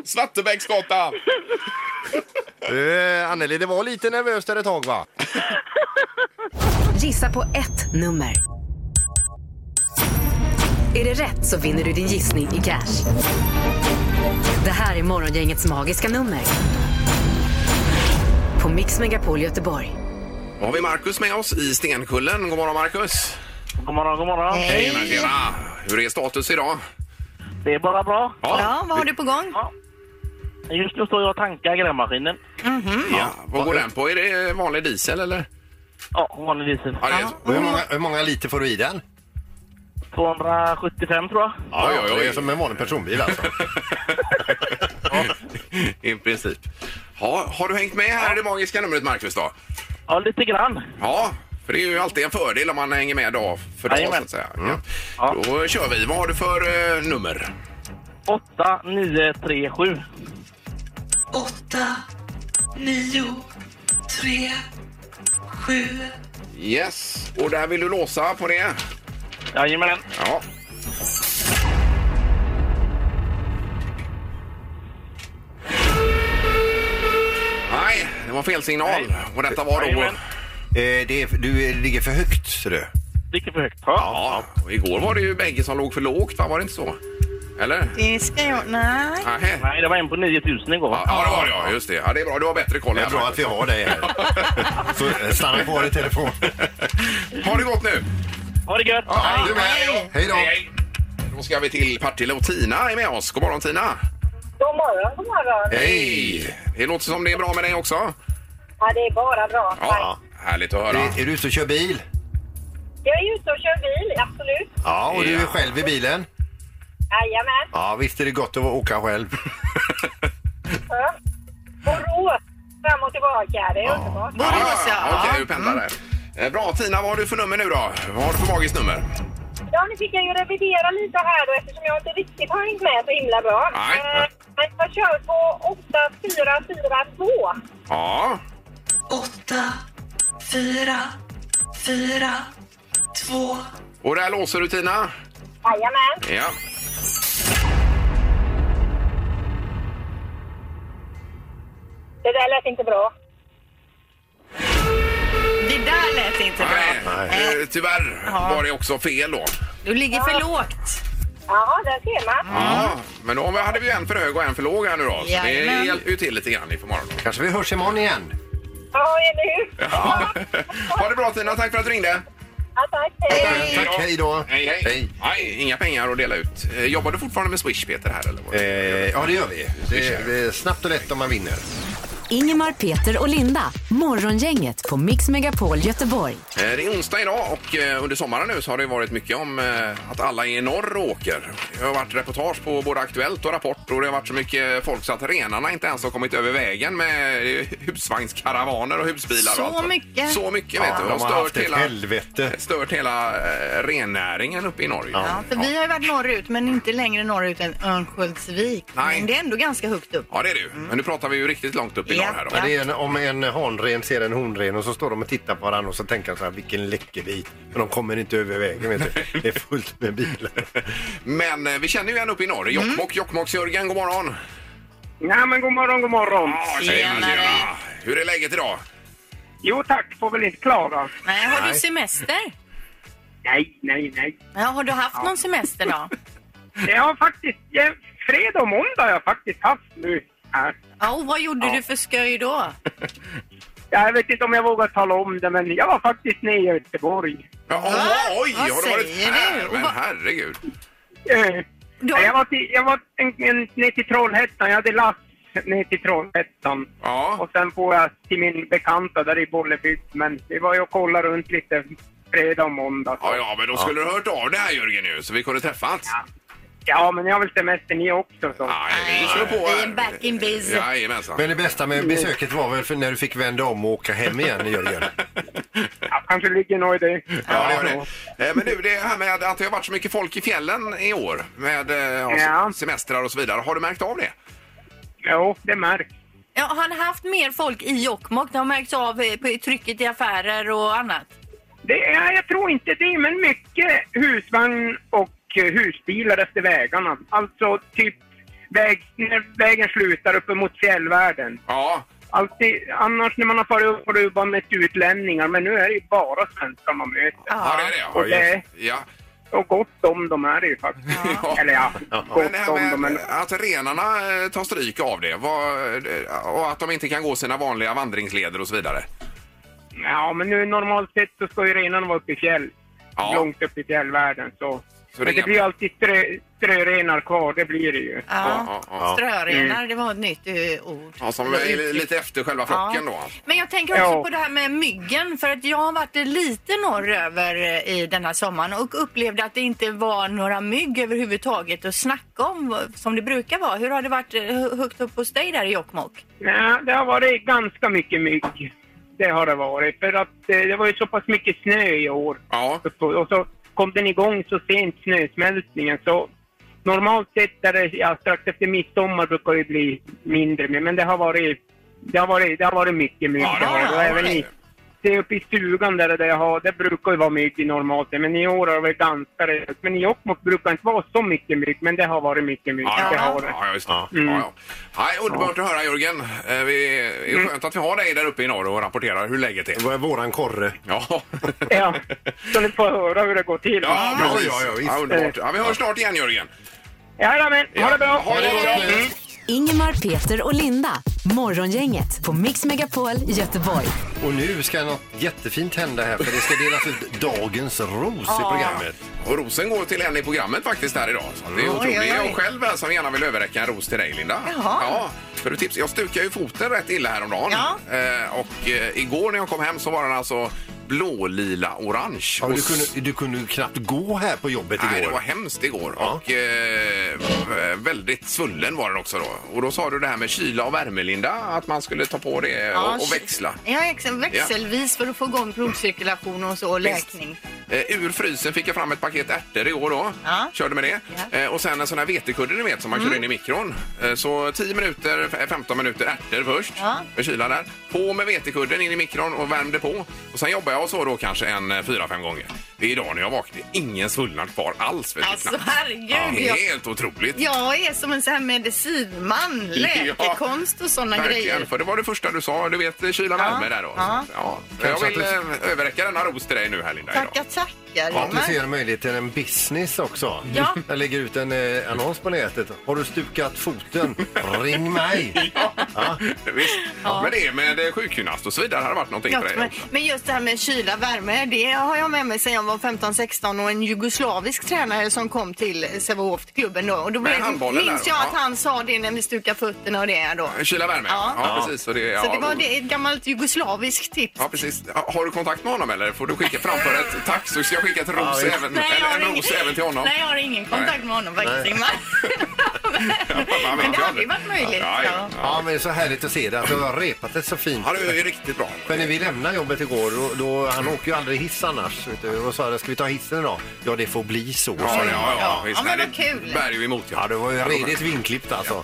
Speaker 2: Svartebäcksgatan!
Speaker 7: Eh, Anneli, det var lite nervöst där ett tag va?
Speaker 1: Gissa på ett nummer. Är det rätt så vinner du din gissning i cash. Det här är morgongängets magiska nummer. på Mix Megapol Göteborg.
Speaker 2: Då har vi Markus med oss i Stenkullen. God morgon Markus!
Speaker 6: God morgon, god morgon.
Speaker 2: Tjena, tjena! Ah, Hur är status idag?
Speaker 6: Det är bara bra.
Speaker 3: Ja, vad har du på gång?
Speaker 6: Just nu står jag och tankar grävmaskinen.
Speaker 2: Mm. ja. Vad går den på? Är det vanlig diesel eller?
Speaker 6: Ja, vanlig diesel.
Speaker 2: Ja, det är
Speaker 3: Ja.
Speaker 2: så.
Speaker 4: Hur många, hur många liter får du i den?
Speaker 6: 275 tror jag.
Speaker 2: Oj, oj, oj.
Speaker 4: Det är som en vanlig personbil alltså.
Speaker 2: [LAUGHS] I princip. Ja, har du hängt med här i det magiska numret Marcus då?
Speaker 6: Ja, lite grann.
Speaker 2: Ja, för det är ju alltid en fördel om man hänger med dag för dag så
Speaker 6: Jajamän. Mm.
Speaker 2: att säga. Ja.
Speaker 6: Ja.
Speaker 2: Då kör vi. Vad har du för eh, nummer?
Speaker 6: 8, 9, 3, 7.
Speaker 8: åtta, nio, tre, sju.
Speaker 2: Yes, och där vill du låsa på det?
Speaker 6: Jajamän.
Speaker 2: Ja. Nej, det var fel signal.
Speaker 6: Nej.
Speaker 2: Och detta var då...
Speaker 6: Jajamän.
Speaker 4: Eh, det är, du ligger för högt ser du.
Speaker 6: Lite för högt.
Speaker 2: Ja, och igår var det ju bägge som låg för lågt, va? Var det inte så? Eller?
Speaker 3: Det ska jag... Nej.
Speaker 2: Nähä.
Speaker 6: Nej, det var en på 9000 igår.
Speaker 2: Ja, det var det, ja. Just det. Ja, det är bra. Du har bättre koll.
Speaker 4: Det är
Speaker 2: här,
Speaker 4: bra
Speaker 2: Marcus.
Speaker 4: att vi har dig [LAUGHS] här. Så eh, stanna kvar i [LAUGHS] telefon.
Speaker 2: Ha det gott nu!
Speaker 6: Ha det gött!
Speaker 2: Ja, du med.
Speaker 4: Hej då.
Speaker 2: Då ska vi till Partille och Tina är med oss. God morgon Tina!
Speaker 9: God morgon, god morgon.
Speaker 2: Hej! Det låter som det är bra med dig också.
Speaker 9: Ja, det är bara bra.
Speaker 2: Ja, härligt att höra.
Speaker 4: Är, är du ute och kör bil?
Speaker 9: Jag är ute och kör bil, absolut.
Speaker 4: Ja, och du är
Speaker 2: Ja.
Speaker 4: själv i bilen?
Speaker 9: Jajamän.
Speaker 4: Ja, visst är det gott att åka [LAUGHS] själv.
Speaker 9: Ja. Borås, fram och tillbaka. Det är underbart.
Speaker 3: Borås, ja.
Speaker 2: Okej, du pendlar där. Eh, Bra Tina, vad har du för nummer nu då? Vad har du för magiskt nummer?
Speaker 9: Ja, nu fick jag ju revidera lite här då eftersom jag inte riktigt har hängt med så himla bra.
Speaker 2: Nej.
Speaker 9: Eh, Men jag kör på 8442.
Speaker 2: Ja,
Speaker 8: Åtta, fyra, fyra, två.
Speaker 2: och där låser du Tina?
Speaker 9: Jajamän.
Speaker 2: Ja.
Speaker 9: Det där lät inte bra.
Speaker 3: Det där lät inte
Speaker 2: Nej,
Speaker 3: bra.
Speaker 2: eh, tyvärr var det också fel då.
Speaker 3: Du ligger för lågt.
Speaker 9: Ja, där ser man.
Speaker 2: Ja, men då hade vi ju en för hög och en för låg här nu då. Så det
Speaker 3: Jajamän.
Speaker 2: hjälper ju till lite grann inför morgonen.
Speaker 4: Kanske vi hörs imorgon igen.
Speaker 9: Ja, eller hur?
Speaker 2: Ja. ha det bra Tina, tack för att du ringde.
Speaker 9: Ja, tack. Hej.
Speaker 4: Tack, hej då.
Speaker 2: Hej, hej.
Speaker 4: Hej.
Speaker 2: Nej, inga pengar att dela ut. Eh, Jobbar du fortfarande med Swish, Peter? Här, eller? vad?
Speaker 4: Eh, ja, det gör vi. Det är, det är snabbt och lätt om man vinner.
Speaker 1: Ingemar, Peter och Linda. Morgongänget på Mix Megapol Göteborg.
Speaker 2: Eh, Det är onsdag idag och eh, under sommaren nu så har det varit mycket om eh, att alla i norr åker. Det har varit reportage på både Aktuellt och Rapport och det har varit så mycket folk så att renarna inte ens har kommit över vägen med [LAUGHS] eh, husvagnskaravaner och husbilar.
Speaker 3: Så
Speaker 2: och allt.
Speaker 3: mycket.
Speaker 2: Så mycket vet du.
Speaker 4: De
Speaker 2: Och
Speaker 4: har haft
Speaker 2: stört
Speaker 4: ett
Speaker 2: hela,
Speaker 4: helvete.
Speaker 2: stört hela eh, rennäringen uppe i Norge.
Speaker 3: Ja, för vi har ju varit norrut, men inte längre norrut än Örnsköldsvik.
Speaker 2: Nej.
Speaker 3: Men det är ändå ganska högt upp.
Speaker 2: Ja, det är det ju. Men nu pratar vi ju riktigt långt upp i
Speaker 3: Mm. Ja.
Speaker 2: norr här då.
Speaker 4: Men det är en, om en hanren ser en honren och så står de och tittar på varandra och så tänker de så här, vilken läckerbit. Men de kommer inte över vägen, vet du. Det är fullt med bilar.
Speaker 2: Men eh, vi känner ju en uppe i norr.
Speaker 3: Mm.
Speaker 2: Jokkmokk, Jokkmokks-Jörgen, god morgon!
Speaker 10: Nej men god morgon, god morgon.
Speaker 2: Ja, tjena,
Speaker 3: Tjenare.
Speaker 2: tjena. Hur är läget idag?
Speaker 10: Jo tack, får väl inte klaga.
Speaker 3: Nej, har du semester?
Speaker 10: Nej, nej, nej.
Speaker 3: Ja, har du haft någon semester då?
Speaker 10: Jag har faktiskt, jag, fredag och måndag har jag faktiskt haft nu här.
Speaker 3: Ja, och vad gjorde du för skoj då?
Speaker 10: Jag vet inte om jag vågar tala om det, men jag var faktiskt nere i Göteborg.
Speaker 2: Ja,
Speaker 3: Va?
Speaker 2: oj, oj,
Speaker 3: Vad
Speaker 2: har du varit
Speaker 3: säger
Speaker 2: här?
Speaker 3: du? Och
Speaker 2: Men
Speaker 3: vad-
Speaker 2: herregud.
Speaker 10: Eh,
Speaker 3: Du
Speaker 10: Jag
Speaker 3: har...
Speaker 10: var, till, jag var en, en, ner till Trollhättan, jag hade lass ner till Trollhättan.
Speaker 2: Ja,
Speaker 10: Och sen får jag till min bekanta där i Bollebygd, men vi var ju och kollade runt lite fredag och måndag.
Speaker 2: ja, ja men då skulle du hört av dig här Jörgen ju, så vi kunde träffats.
Speaker 10: Ja, men ni har väl semester ni också? Så.
Speaker 2: Nej, vi kör på
Speaker 3: Vi
Speaker 2: här.
Speaker 3: är back in biz.
Speaker 2: Jajamensan.
Speaker 4: Men det bästa med besöket var väl för när du fick vända om och åka hem igen, Jörgen.
Speaker 10: Ja, kanske ligger nog i det.
Speaker 2: [LAUGHS] Ja, det var det. Eh, Men du, det här med att det har varit så mycket folk i fjällen i år med eh, ja,
Speaker 10: Ja.
Speaker 2: semestrar och så vidare. Har du märkt av det?
Speaker 10: Jo, det märks.
Speaker 3: Ja, har han haft mer folk i Jokkmokk? Det har märkts av eh, på trycket i affärer och annat.
Speaker 10: Det är, jag tror inte det, men mycket husvagn och eh, husbilar efter vägarna. Alltså typ väg, när vägen slutar uppe mot fjällvärlden.
Speaker 2: Ja,
Speaker 10: Alltid, annars när man har farit upp har det ju bara mött utlänningar, men nu är det ju bara svenskar man möter.
Speaker 2: ja det är det.
Speaker 10: Och det-
Speaker 2: Ja.
Speaker 10: och gott om de är det ju faktiskt. Eller ja,
Speaker 2: Men
Speaker 10: gott
Speaker 2: det här
Speaker 10: om dem.
Speaker 2: med
Speaker 10: Men
Speaker 2: att renarna eh, tar stryk av det vad- eh, och att de inte kan gå sina vanliga vandringsleder och så vidare.
Speaker 10: Ja, men nu normalt sett så ska ju renarna vara uppe i fjäll.
Speaker 2: Ja.
Speaker 10: Långt upp i fjällvärlden. Så.
Speaker 2: Så det är
Speaker 10: men det
Speaker 2: inga-
Speaker 10: blir alltid strö, strörenar kvar, det blir det ju.
Speaker 3: Ja. Strörenar, det var ett nytt eh, ord.
Speaker 2: Ja, som
Speaker 3: Eller
Speaker 2: är
Speaker 3: uttryck.
Speaker 2: lite efter själva flocken då.
Speaker 3: Men jag tänker också
Speaker 2: Ja.
Speaker 3: på det här med myggen för att jag har varit lite norröver eh, i den här sommaren och upplevde att det inte var några mygg överhuvudtaget att snacka om eh, som det brukar vara. Hur har det varit eh, hö- högt upp hos dig där i Jokkmokk?
Speaker 10: Nej, det har varit ganska mycket mygg. Det har det varit. För att eh, det var ju så pass mycket snö i år.
Speaker 2: Ja.
Speaker 10: Och så kom den igång så sent, snösmältningen. Så normalt sett är det, ja, strax efter midsommar brukar det bli mindre mygg. Men det har varit, det har varit, det har varit mycket mygg.
Speaker 2: Ja,
Speaker 10: det har det. Och
Speaker 2: ja,
Speaker 10: även i, det är uppe i stugan där, där jag har, det brukar ju vara mygg i normalt sett. Men i år har det varit ganska rejält. Men i Jokkmokk brukar det inte vara så mycket mygg. Men det har varit mycket mygg.
Speaker 2: Ja,
Speaker 10: Det
Speaker 2: ja,
Speaker 10: har det.
Speaker 2: ja, just det. Ja, ja. Nej, underbart att höra Jörgen. Eh, Vi, det är skönt att vi har dig där uppe i norr och rapporterar hur läget är. Det
Speaker 4: var våran korre.
Speaker 2: [LAUGHS] Ja.
Speaker 10: Ja, så ni får höra hur det går till.
Speaker 2: Ja, bra, ja, ja, visst. ja, underbart. Ja, vi hörs snart igen Jörgen.
Speaker 10: Jajamän, ha det bra!
Speaker 2: Ha det bra.
Speaker 1: Ingemar, Peter och Linda. Morgongänget på Mix Megapol Göteborg.
Speaker 4: Och nu ska något jättefint hända här för det ska delas ut dagens ros i programmet.
Speaker 2: Och rosen går till en i programmet faktiskt här idag. Så det är
Speaker 4: Mm.
Speaker 2: otroligt.
Speaker 4: Oj,
Speaker 2: Det
Speaker 4: oj,
Speaker 2: är
Speaker 4: oj.
Speaker 2: jag själv här som gärna vill överräcka en ros till dig Linda.
Speaker 4: Jaha.
Speaker 2: Ja, för du tips, jag stukade ju foten rätt illa häromdagen.
Speaker 4: Ja.
Speaker 2: Eh, och eh, igår när jag kom hem så var den alltså blålila orange.
Speaker 4: Ja,
Speaker 2: Och
Speaker 4: du,
Speaker 2: s-
Speaker 4: kunde, du kunde ju knappt gå här på jobbet
Speaker 2: Nej,
Speaker 4: igår.
Speaker 2: det var hemskt igår. Och eh, v- väldigt svullen var den också då. Och då sa du det här med kyla och värme, Linda, att man skulle ta på det
Speaker 3: Ja,
Speaker 2: och, och
Speaker 3: ky-
Speaker 2: växla.
Speaker 3: Ja, ex- växelvis för att få igång blodcirkulation och så och läkning.
Speaker 2: Eh, ur frysen fick jag fram ett paket ärtor igår då. Körde med det. Eh, och sen en sån här vetekudde ni vet som
Speaker 3: Mm.
Speaker 2: man kör in i mikron. Eh, så 10 minuter, f- eh, 15 minuter ärtor först.
Speaker 3: Ja.
Speaker 2: Med kylan där. På med vetekudden in i mikron och värmde på. Och sen jobbar jag så då kanske en eh, fyra fem gånger. Det är idag när jag vaknade. Ingen svullnad kvar alls. Vet du,
Speaker 3: Alltså,
Speaker 2: knappt.
Speaker 3: herregud,
Speaker 2: Ja,
Speaker 3: jag-
Speaker 2: helt otroligt.
Speaker 3: Jag är som en sån här medicinman,
Speaker 2: [LAUGHS]
Speaker 3: läkekonst och sådana
Speaker 2: Verkligen,
Speaker 3: grejer.
Speaker 2: för det var det första du sa. Du vet, eh, kyla värme där då.
Speaker 3: ja.
Speaker 2: Ja. Jag
Speaker 4: Kanske
Speaker 2: vill
Speaker 4: att
Speaker 2: eh, överräcka denna ros till dig nu här Linda. idag.
Speaker 3: Tackar, tackar.
Speaker 4: Ja, du
Speaker 3: Ingmar.
Speaker 4: ser en möjlighet till en business också.
Speaker 3: Ja.
Speaker 4: Jag lägger ut en eh, annons på nätet. Har du stukat foten? Ring mig! Ja.
Speaker 2: [LAUGHS] Visst.
Speaker 3: Ja.
Speaker 2: Men det med eh, sjukgymnast och så vidare hade varit någonting för
Speaker 3: Något
Speaker 2: dig.
Speaker 3: med, men just det här med kyla, värme, det har jag med mig sedan jag var 15-16 och en jugoslavisk tränare som kom till Sävehof-klubben då. Och då
Speaker 2: Med
Speaker 3: blev,
Speaker 2: handbollen
Speaker 3: minns
Speaker 2: där
Speaker 3: jag
Speaker 2: då?
Speaker 3: att
Speaker 2: Ja.
Speaker 3: han sa det när vi stukade fötterna och det då.
Speaker 2: Kyla värme, ja.
Speaker 3: Ja.
Speaker 2: ja.
Speaker 4: Ja.
Speaker 2: precis. Och det, ja.
Speaker 3: Så det var det, ett gammalt jugoslaviskt tips.
Speaker 2: Ja, precis. Ja, Har du kontakt med honom eller? Får du skicka framför
Speaker 3: [LAUGHS]
Speaker 2: ett tack så ska jag skicka ett ros,
Speaker 4: visst.
Speaker 2: även,
Speaker 3: Nej, jag har
Speaker 2: eller en
Speaker 3: ingen-
Speaker 2: ros även till honom.
Speaker 3: Nej, jag har ingen kontakt med honom faktiskt.
Speaker 4: Nej.
Speaker 2: [LAUGHS]
Speaker 3: Ingmar.
Speaker 2: Man vet
Speaker 3: Men det
Speaker 2: ju
Speaker 3: hade ju
Speaker 2: aldrig.
Speaker 3: varit möjligt.
Speaker 2: Ja, ja.
Speaker 4: Ja, men det är så härligt att se det. Att du har repat det så fint.
Speaker 2: Ja, det är ju riktigt bra.
Speaker 4: För när vi lämnade jobbet igår, då, då, han åker ju aldrig hiss annars. Vet du, och sa, ska vi ta hissen idag? Ja, det får bli så.
Speaker 2: Ja, ja, ja, ja, visst.
Speaker 3: Ja, men
Speaker 2: Nej,
Speaker 3: vad
Speaker 2: det
Speaker 3: kul.
Speaker 2: bär ju emot. Ja,
Speaker 4: det var ju redigt vinklippt alltså.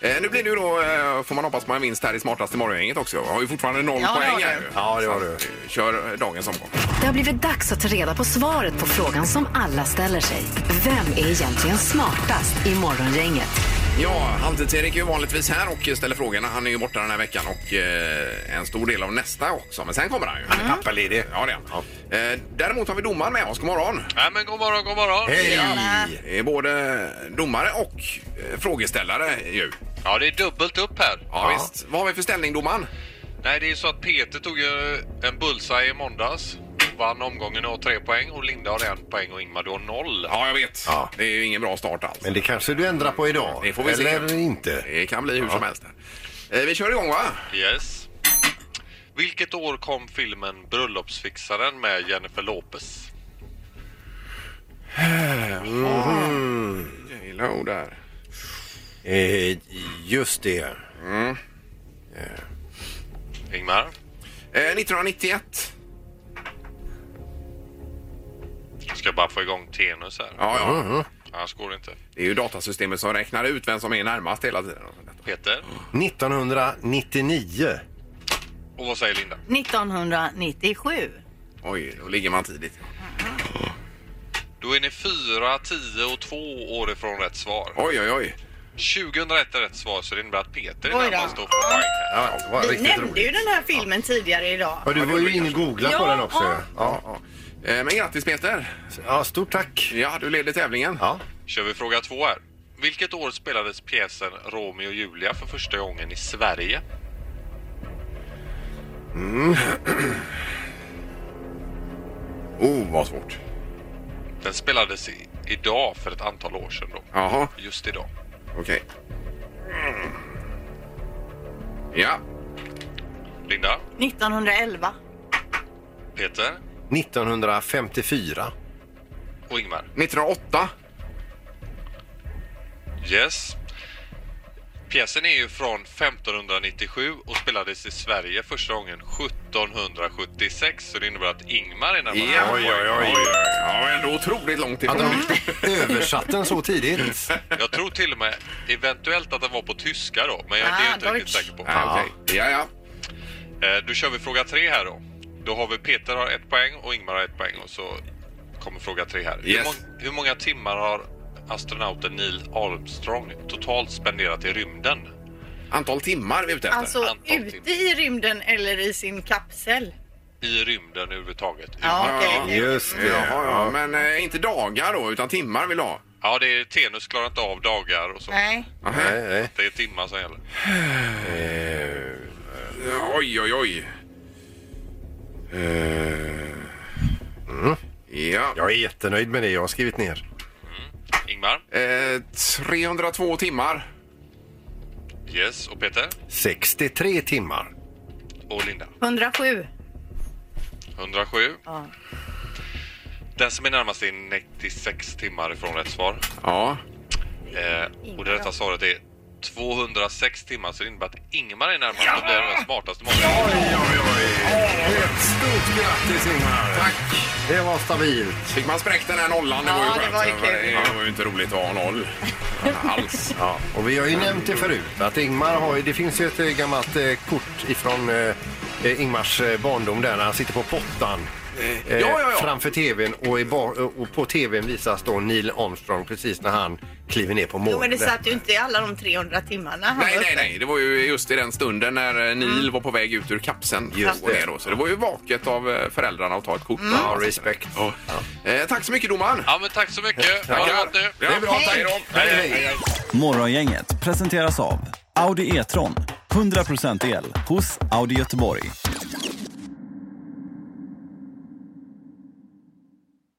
Speaker 2: Eh, nu blir det ju då, eh, får man hoppas på en vinst här i smartaste morgongänget också. Jag har ju fortfarande noll
Speaker 1: Ja, det
Speaker 2: poäng
Speaker 1: har
Speaker 2: här
Speaker 1: du.
Speaker 2: ju.
Speaker 4: Ja, det har
Speaker 2: Så
Speaker 4: du.
Speaker 2: att, eh, Kör eh, dagens omgång.
Speaker 1: Det har blivit dags att ta reda på svaret på frågan som alla ställer sig. Vem är egentligen smartast i morgongänget?
Speaker 2: Ja, Halvtids-Erik är ju vanligtvis här och ställer frågorna. Han är ju borta den här veckan och eh, en stor del av nästa också. Men sen kommer han ju. Han är pappaledig. Mm. Ja, det är han. Eh, däremot har vi domaren med oss. God morgon!
Speaker 11: Nej, men god morgon, god morgon.
Speaker 2: Ja, det är både domare och eh, frågeställare ju.
Speaker 11: Ja, det är dubbelt upp här.
Speaker 2: Ja, visst. Vad har vi för ställning domaren?
Speaker 11: Nej, det är ju så att Peter tog ju en bullseye i måndags. Vann omgången och har tre poäng och Linda har en poäng och Ingmar du har noll.
Speaker 2: Ja, jag vet. Det är ju ingen bra start alls.
Speaker 4: Men det kanske du ändrar på idag?
Speaker 2: Det får vi se.
Speaker 4: Eller inte?
Speaker 2: Det kan bli hur som helst. Eh, vi kör igång va?
Speaker 11: Yes. Vilket år kom filmen Bröllopsfixaren med Jennifer Lopez?
Speaker 2: J-Lo där.
Speaker 4: Eh, just det.
Speaker 2: Mm.
Speaker 11: Ingmar?
Speaker 2: Eh, 1991.
Speaker 11: Jag ska bara få igång Tenus här.
Speaker 2: Ja, ja. Mhm.
Speaker 11: Annars går det inte.
Speaker 2: Det är ju datasystemet som räknar ut vem som är närmast hela tiden.
Speaker 11: Peter?
Speaker 4: 1999.
Speaker 11: Och vad säger Linda?
Speaker 3: 1997.
Speaker 2: Oj, då ligger man tidigt.
Speaker 11: Då är ni 4, 10 och 2 år ifrån rätt svar.
Speaker 2: Oj, oj, oj.
Speaker 11: 2001 är rätt svar så det innebär att Peter
Speaker 3: Oj
Speaker 11: är
Speaker 3: då.
Speaker 11: närmast och får poäng.
Speaker 4: Ja, det var
Speaker 3: Vi nämnde ju den här filmen tidigare idag.
Speaker 4: Ja, du var ju inne och googlade på
Speaker 3: Ja,
Speaker 4: den också.
Speaker 3: ja.
Speaker 4: Ja.
Speaker 2: Eh, Men grattis Peter!
Speaker 4: Ja, stort tack!
Speaker 2: Ja, du leder tävlingen.
Speaker 4: Ja.
Speaker 11: kör vi fråga två här. Vilket år spelades pjäsen Romeo och Julia för första gången i Sverige?
Speaker 2: Mm. oh, vad svårt.
Speaker 11: Den spelades i, idag för ett antal år sedan då.
Speaker 2: Jaha,
Speaker 11: Just idag.
Speaker 2: okej. Ja.
Speaker 11: Linda,
Speaker 3: 1911.
Speaker 11: Peter
Speaker 4: 1954.
Speaker 11: och Ingmar.
Speaker 2: 1908.
Speaker 11: Yes. Pjäsen är ju från 1597 och spelades i Sverige första gången 1776 så det innebär att Ingmar är närmast.
Speaker 2: Ja, oj, oj, oj. Ja, ändå otroligt långt ifrån.
Speaker 4: [LAUGHS] Översatt den så tidigt?
Speaker 11: Jag tror till och med eventuellt att den var på tyska då, men jag,
Speaker 3: Ah,
Speaker 11: det är jag inte riktigt säker på.
Speaker 2: Ja, okej. ja, ja.
Speaker 11: Eh, Då kör vi fråga tre här då. Då har vi Peter har ett poäng och Ingmar har ett poäng och så kommer fråga tre här. Hur,
Speaker 2: Yes.
Speaker 11: mång- hur många timmar har astronauten Neil Armstrong totalt spenderat i rymden?
Speaker 2: Antal timmar vi är ute efter.
Speaker 3: Alltså ute i rymden eller i sin kapsel.
Speaker 11: I rymden överhuvudtaget.
Speaker 3: Ja, okej.
Speaker 4: Just det.
Speaker 2: Jaha, ja.
Speaker 4: Ja.
Speaker 2: Men eh, inte dagar då, utan timmar vill du ha?
Speaker 11: Ja, det är Tenus klarar inte av dagar och så.
Speaker 3: Nej.
Speaker 4: Nej, nej.
Speaker 11: Det är timmar som gäller.
Speaker 4: Eh,
Speaker 2: Oj, oj, oj. Eh, mm. Ja.
Speaker 4: Jag är jättenöjd med det jag har skrivit ner.
Speaker 11: Ingmar?
Speaker 2: Eh, 302 timmar.
Speaker 11: Yes. Och Peter?
Speaker 4: 63 timmar.
Speaker 11: Och Linda?
Speaker 3: 107.
Speaker 11: 107.
Speaker 3: Ja.
Speaker 11: Den som är närmast är 96 timmar ifrån rätt svar.
Speaker 2: Ja.
Speaker 11: Eh, och det rätta svaret är 206 timmar, så det innebär att Ingmar är närmast och blir den smartaste morgonen.
Speaker 4: Ett stort grattis Ingmar!
Speaker 2: Tack!
Speaker 4: Det var stabilt.
Speaker 2: Fick man spräckt den här nollan? Det
Speaker 3: Ja,
Speaker 2: var ju
Speaker 3: det
Speaker 2: skönt.
Speaker 3: var ju kul.
Speaker 2: det var ju inte roligt att ha noll. Alls.
Speaker 4: Ja, och vi har ju nämnt det förut att Ingmar har ju, det finns ju ett eh, gammalt eh, kort ifrån eh, eh, Ingmars eh, barndom där när han sitter på pottan. eh,
Speaker 2: ja, ja, ja.
Speaker 4: Framför tvn och, i bar, och på tvn visas då Neil Armstrong precis när han kliver ner på
Speaker 3: Jo, men det
Speaker 4: månen.
Speaker 3: satt ju inte i alla de 300 timmarna. Han
Speaker 2: Nej,
Speaker 3: var
Speaker 2: nej,
Speaker 3: uppe.
Speaker 2: nej. Det var ju just i den stunden när eh, Neil var på väg ut ur kapseln.
Speaker 4: Just
Speaker 2: Och
Speaker 4: det. Mm.
Speaker 2: ner Då. Så det var ju vaket av eh, föräldrarna att ta ett kort.
Speaker 4: Ja, respekt.
Speaker 2: Ja. Eh, tack så mycket domaren.
Speaker 11: Ja, men tack så mycket. Ha det gott nu.
Speaker 2: Det är bra. Tack.
Speaker 4: Hej, hej.
Speaker 12: Morgongänget presenteras av Audi E-tron. 100% el hos Audi Göteborg.